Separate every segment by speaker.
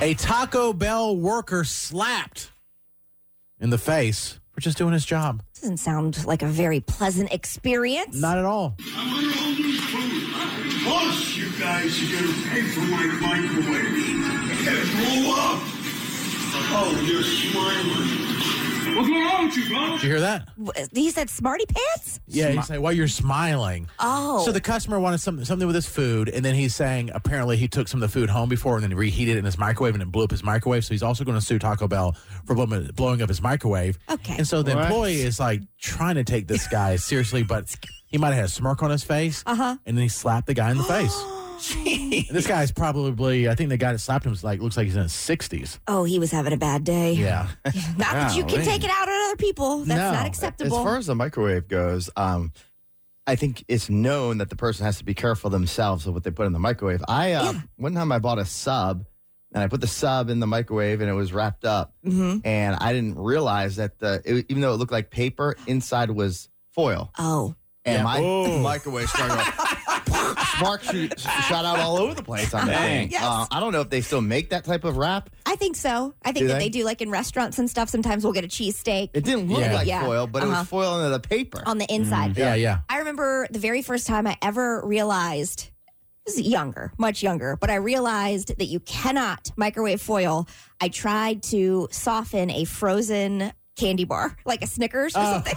Speaker 1: A Taco Bell worker slapped in the face for just doing his job.
Speaker 2: Doesn't sound like a very pleasant experience.
Speaker 1: Not at all.
Speaker 3: I'm gonna hold this food. Plus, you guys are gonna pay for my microwave. It blew up. Oh, you're smiling. What's going on with you, bro?
Speaker 1: Did you hear that?
Speaker 2: W- he said smarty pants?
Speaker 1: Yeah, he's saying, well, you're smiling.
Speaker 2: Oh.
Speaker 1: So the customer wanted some, something with his food, and then he's saying apparently he took some of the food home before and then reheated it in his microwave and it blew up his microwave. So he's also going to sue Taco Bell for blowing, blowing up his microwave.
Speaker 2: Okay.
Speaker 1: And so the
Speaker 4: What?
Speaker 1: employee is like trying to take this guy seriously, but he might have had a smirk on his face. Uh
Speaker 2: Uh-huh.
Speaker 1: huh. And then he slapped the guy in the face. And this guy's probably, I think the guy that slapped him was like, looks like he's in his 60s.
Speaker 2: oh, he was having a bad day.
Speaker 1: Yeah.
Speaker 2: Not that you can
Speaker 4: Golly.
Speaker 2: take it out on other people. That's
Speaker 4: No.
Speaker 2: not acceptable.
Speaker 4: As far as the microwave goes, um, I think it's known that the person has to be careful themselves of what they put in the microwave. I uh, one time I bought a sub, and I put the sub in the microwave, and it was wrapped up,
Speaker 2: Mm-hmm.
Speaker 4: and I didn't realize that the it, even though it looked like paper, inside was foil,
Speaker 2: oh.
Speaker 4: and
Speaker 1: Yeah.
Speaker 4: my
Speaker 1: Oh.
Speaker 4: microwave started. Like, Sparks shoot- shot out all over the place. I'm saying.
Speaker 2: Yes.
Speaker 4: Uh, I don't know if they still make that type of wrap.
Speaker 2: I think so. I think
Speaker 4: Do
Speaker 2: that
Speaker 4: they?
Speaker 2: they do like in restaurants and stuff. Sometimes we'll get a cheesesteak
Speaker 4: It didn't look
Speaker 1: Yeah.
Speaker 4: like
Speaker 2: Yeah.
Speaker 4: foil, but it
Speaker 2: Uh-huh. Um,
Speaker 4: was foil under the paper.
Speaker 2: on the inside.
Speaker 1: Mm. Yeah, yeah.
Speaker 2: I remember the very first time I ever realized, I was younger, much younger, but I realized that you cannot microwave foil. I tried to soften a frozen candy bar, like a Snickers or something.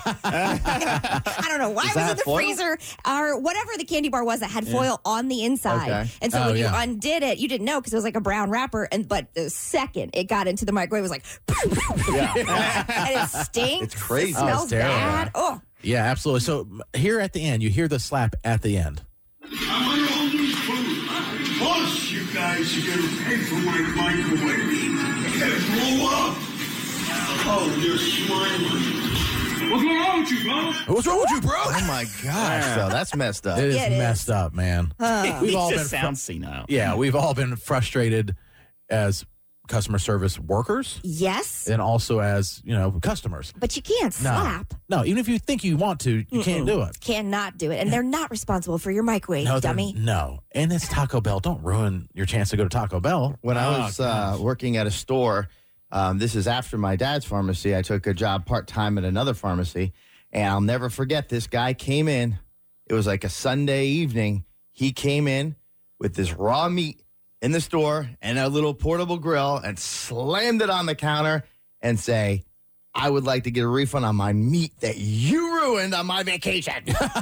Speaker 2: I don't know why it was
Speaker 4: Oh. that
Speaker 2: in the
Speaker 4: foil?
Speaker 2: freezer or whatever the candy bar was that had foil on the inside.
Speaker 4: Okay.
Speaker 2: And so
Speaker 1: Oh,
Speaker 2: when
Speaker 1: yeah.
Speaker 2: you undid it, you didn't know because it was like a brown wrapper. And but the second it got into the microwave, it was like, and it stinks.
Speaker 4: It's crazy.
Speaker 2: It
Speaker 4: Oh, it's
Speaker 2: smells
Speaker 1: terrible.
Speaker 2: bad. Oh.
Speaker 1: Yeah, absolutely. So m- here at the end, you hear the slap at the end.
Speaker 3: I'm gonna hold this food. Plus, you guys are gonna pay for my microwave. It blew up. Oh, you're smiling. What's going on with you, bro?
Speaker 1: What's wrong with you, bro?
Speaker 4: Oh my gosh, though, that's messed up.
Speaker 1: It is
Speaker 2: Yeah, it is.
Speaker 1: messed up, man. we've all
Speaker 5: It
Speaker 1: been
Speaker 5: just sounds senile.
Speaker 1: yeah, we've all been frustrated as customer service workers
Speaker 2: Yes,
Speaker 1: and also as, you know, customers.
Speaker 2: but you can't slap.
Speaker 1: No, even if you think you want to, you can't do it.
Speaker 2: Cannot do it. And they're not responsible for your microwave,
Speaker 1: No, they're-
Speaker 2: dummy.
Speaker 1: No. And it's Taco Bell. Don't ruin your chance to go to Taco Bell.
Speaker 4: When
Speaker 1: Oh,
Speaker 4: I was uh, working at a store, um, this is after my dad's pharmacy. I took a job part time at another pharmacy, and I'll never forget. This guy came in. It was like a Sunday evening. He came in with this raw meat in the store and a little portable grill, and slammed it on the counter and say, "I would like to get a refund on my meat that you ruined on my vacation."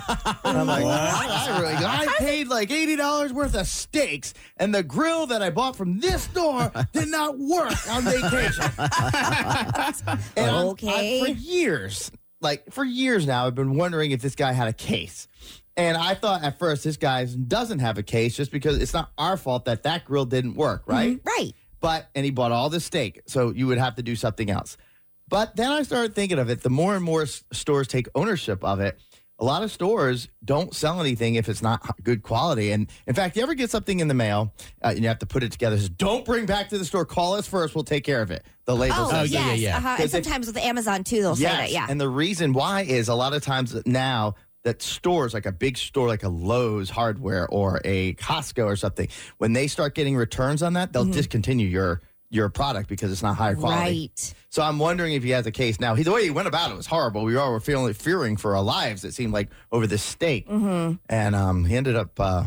Speaker 4: And I'm like, I, really, I paid like eighty dollars worth of steaks, and the grill that I bought from this store did not work on vacation. And I'm-
Speaker 2: Okay.
Speaker 4: I- for years, like for years now, I've been wondering if this guy had a case. And I thought at first this guy doesn't have a case just because it's not our fault that that grill didn't work, right?
Speaker 2: Right.
Speaker 4: But and he bought all the steak, so you would have to do something else. But then I started thinking of it. The more and more s- stores take ownership of it, a lot of stores don't sell anything if it's not h- good quality. And in fact, you ever get something in the mail uh, and you have to put it together, it says don't bring back to the store. Call us first. We'll take care of it. The label
Speaker 2: Oh,
Speaker 4: says
Speaker 1: yeah,
Speaker 2: yes.
Speaker 1: yeah, yeah.
Speaker 2: Uh-huh. And
Speaker 4: Because if-
Speaker 2: sometimes with Amazon too, they'll say that. Yeah.
Speaker 4: and the reason why is a lot of times now that stores like a big store like a Lowe's hardware or a Costco or something, when they start getting returns on that, they'll discontinue your your product because it's not higher quality.
Speaker 2: Mm-hmm. right.
Speaker 4: So I'm wondering if he has a case now. He, the way he went about it was horrible. We all were feeling fearing for our lives. It seemed like over this steak,
Speaker 2: Mm. Mm-hmm.
Speaker 4: and um, he ended up. Uh,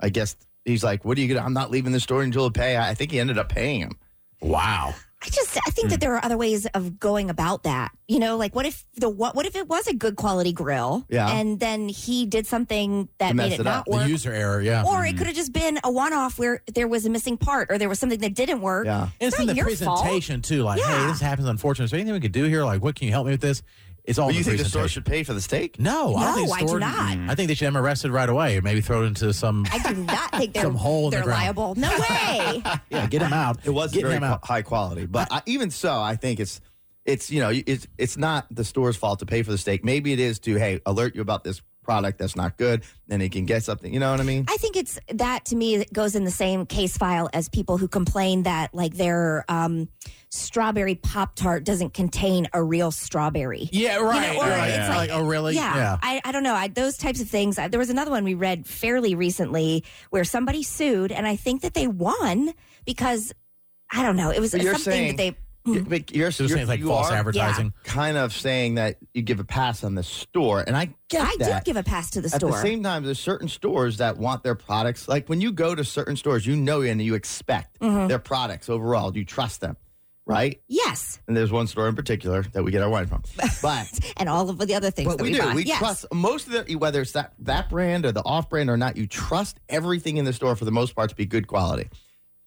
Speaker 4: I guess he's like, "What are you gonna? I'm not leaving the store until I pay." I I think he ended up paying him.
Speaker 1: Wow.
Speaker 2: I just I
Speaker 1: Mm.
Speaker 2: think that there are other ways of going about that. You know, like what if the what what if it was a good quality grill?
Speaker 4: Yeah.
Speaker 2: And then he did something that
Speaker 4: To
Speaker 2: made
Speaker 4: mess
Speaker 2: it,
Speaker 4: it
Speaker 2: not
Speaker 4: up.
Speaker 1: The
Speaker 2: work.
Speaker 1: user error, yeah.
Speaker 2: or it could have just been a one off where there was a missing part or there was something that didn't work.
Speaker 4: Yeah.
Speaker 1: And it's
Speaker 2: It's
Speaker 1: in
Speaker 2: not
Speaker 1: the
Speaker 2: your fault.
Speaker 1: presentation too, like, hey,
Speaker 2: Yeah.
Speaker 1: this happens unfortunately. Is there anything we could do here? Like, what can you help me with this? It's all
Speaker 4: Well,
Speaker 1: in
Speaker 4: you
Speaker 1: the
Speaker 4: think the
Speaker 1: presentation.
Speaker 4: store should pay for the steak?
Speaker 1: No, I don't think it's
Speaker 2: No, I do
Speaker 1: stored-
Speaker 2: not.
Speaker 1: I think they should have him arrested right away or maybe thrown into some.
Speaker 2: I do not think they're,
Speaker 1: Some hole in the
Speaker 2: they're
Speaker 1: ground.
Speaker 2: liable. No way.
Speaker 1: yeah, get him out.
Speaker 4: It wasn't
Speaker 1: get
Speaker 4: very
Speaker 1: him out.
Speaker 4: qu- high quality, but I, even so, I think it's it's you know it's it's not the store's fault to pay for the steak. Maybe it is to hey alert you about this product that's not good, then he can get something. You know what I mean?
Speaker 2: I think it's that to me that goes in the same case file as people who complain that like their um, strawberry pop tart doesn't contain a real strawberry.
Speaker 1: Yeah, right.
Speaker 2: or
Speaker 1: right.
Speaker 2: it's like-
Speaker 1: oh, really?
Speaker 2: Yeah, I, I don't know. I, those types of things. I, there was another one we read fairly recently where somebody sued, and I think that they won because I don't know. It was
Speaker 4: But you're
Speaker 2: something that
Speaker 4: saying-
Speaker 2: they.
Speaker 4: Yeah, but you're,
Speaker 1: She was
Speaker 4: you're-
Speaker 1: saying it's like
Speaker 4: you
Speaker 1: false
Speaker 4: are
Speaker 1: advertising.
Speaker 4: kind of saying that you give a pass on the store, and I get
Speaker 2: I
Speaker 4: that.
Speaker 2: do give a pass to the
Speaker 4: At
Speaker 2: store.
Speaker 4: the same time, there's certain stores that want their products. Like when you go to certain stores, you know and you expect
Speaker 2: Mm-hmm.
Speaker 4: their products overall. You trust them, right?
Speaker 2: yes,
Speaker 4: And there's one store in particular that we get our wine from, but
Speaker 2: and all of the other things
Speaker 4: but
Speaker 2: that
Speaker 4: we,
Speaker 2: we,
Speaker 4: do.
Speaker 2: buy.
Speaker 4: We
Speaker 2: yes.
Speaker 4: trust most of the whether it's that that brand or the off brand or not. You trust everything in the store for the most part to be good quality.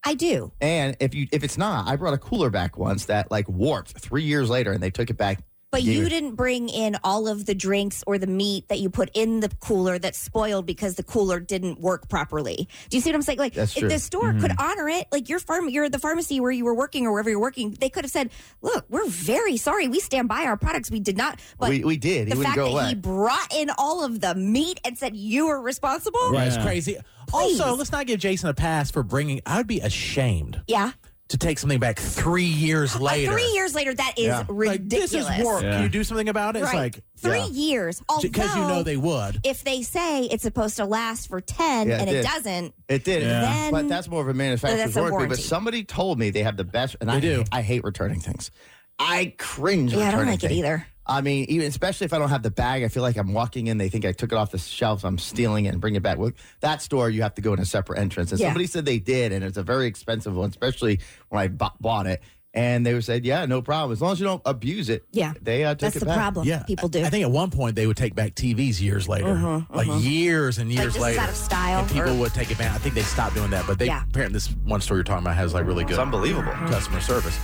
Speaker 2: I do.
Speaker 4: And if you if it's not, I brought a cooler back once that like warped three years later, and they took it back.
Speaker 2: But
Speaker 4: Yeah.
Speaker 2: you didn't bring in all of the drinks or the meat that you put in the cooler that spoiled because the cooler didn't work properly. Do you see what I'm saying? Like,
Speaker 4: That's
Speaker 2: if
Speaker 4: true. Mm-hmm.
Speaker 2: the store could honor it, like your farm, you're the pharmacy where you were working or wherever you're working, they could have said, "Look, we're very sorry. We stand by our products. We did not." But
Speaker 4: we we did.
Speaker 2: the
Speaker 4: He wouldn't
Speaker 2: fact
Speaker 4: go
Speaker 2: that
Speaker 4: away.
Speaker 2: he brought in all of the meat and said you were responsible,
Speaker 1: Right, it's
Speaker 5: Yeah.
Speaker 1: crazy. Also, let's not give Jason a pass for bringing. I would be ashamed
Speaker 2: yeah.
Speaker 1: to take something back three years later.
Speaker 2: Three years later, that is
Speaker 4: Yeah.
Speaker 1: like
Speaker 2: ridiculous.
Speaker 1: this is work.
Speaker 5: Yeah.
Speaker 1: Can you do something about it? It's
Speaker 2: Right.
Speaker 1: like
Speaker 2: three
Speaker 4: yeah.
Speaker 2: years. Although,
Speaker 1: because you know they would.
Speaker 2: if they say it's supposed to last for 10
Speaker 4: Yeah, it
Speaker 2: and it
Speaker 4: did.
Speaker 2: doesn't,
Speaker 4: It did,
Speaker 5: Yeah.
Speaker 2: Then-
Speaker 4: but that's more of a
Speaker 2: That's
Speaker 4: manufacturer's
Speaker 2: a
Speaker 4: warranty. But
Speaker 2: warranty.
Speaker 4: somebody told me they have the best, and I
Speaker 1: They do.
Speaker 4: I hate returning things. I cringe.
Speaker 2: yeah, I don't
Speaker 4: returning
Speaker 2: like it
Speaker 4: things.
Speaker 2: either.
Speaker 4: I mean, even especially if I don't have the bag, I feel like I'm walking in. They think I took it off the shelves. I'm stealing it and bring it back. Well, that store, you have to go in a separate entrance. And
Speaker 2: Yeah.
Speaker 4: somebody said they did, and it's a very expensive one, especially when I bu- bought it. And they said, "Yeah, no problem. As long as you don't abuse it."
Speaker 2: Yeah.
Speaker 4: they uh, took
Speaker 2: That's
Speaker 4: it
Speaker 2: the
Speaker 4: back.
Speaker 2: problem.
Speaker 1: Yeah,
Speaker 2: People do. Uh-huh,
Speaker 1: I, I think at one point they would take back TVs years later, like years and
Speaker 2: like,
Speaker 1: years
Speaker 2: this
Speaker 1: later.
Speaker 2: is out of style.
Speaker 1: and people
Speaker 2: or-
Speaker 1: would take advantage. I think they stopped doing that, but they
Speaker 2: Yeah.
Speaker 1: apparently this one store you're talking about has like really good,
Speaker 4: It's unbelievable.
Speaker 1: customer service.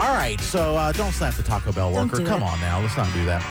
Speaker 1: All right, so uh, don't slap the Taco Bell
Speaker 2: Don't
Speaker 1: worker.
Speaker 2: do
Speaker 1: Come
Speaker 2: it.
Speaker 1: on now, let's not do that.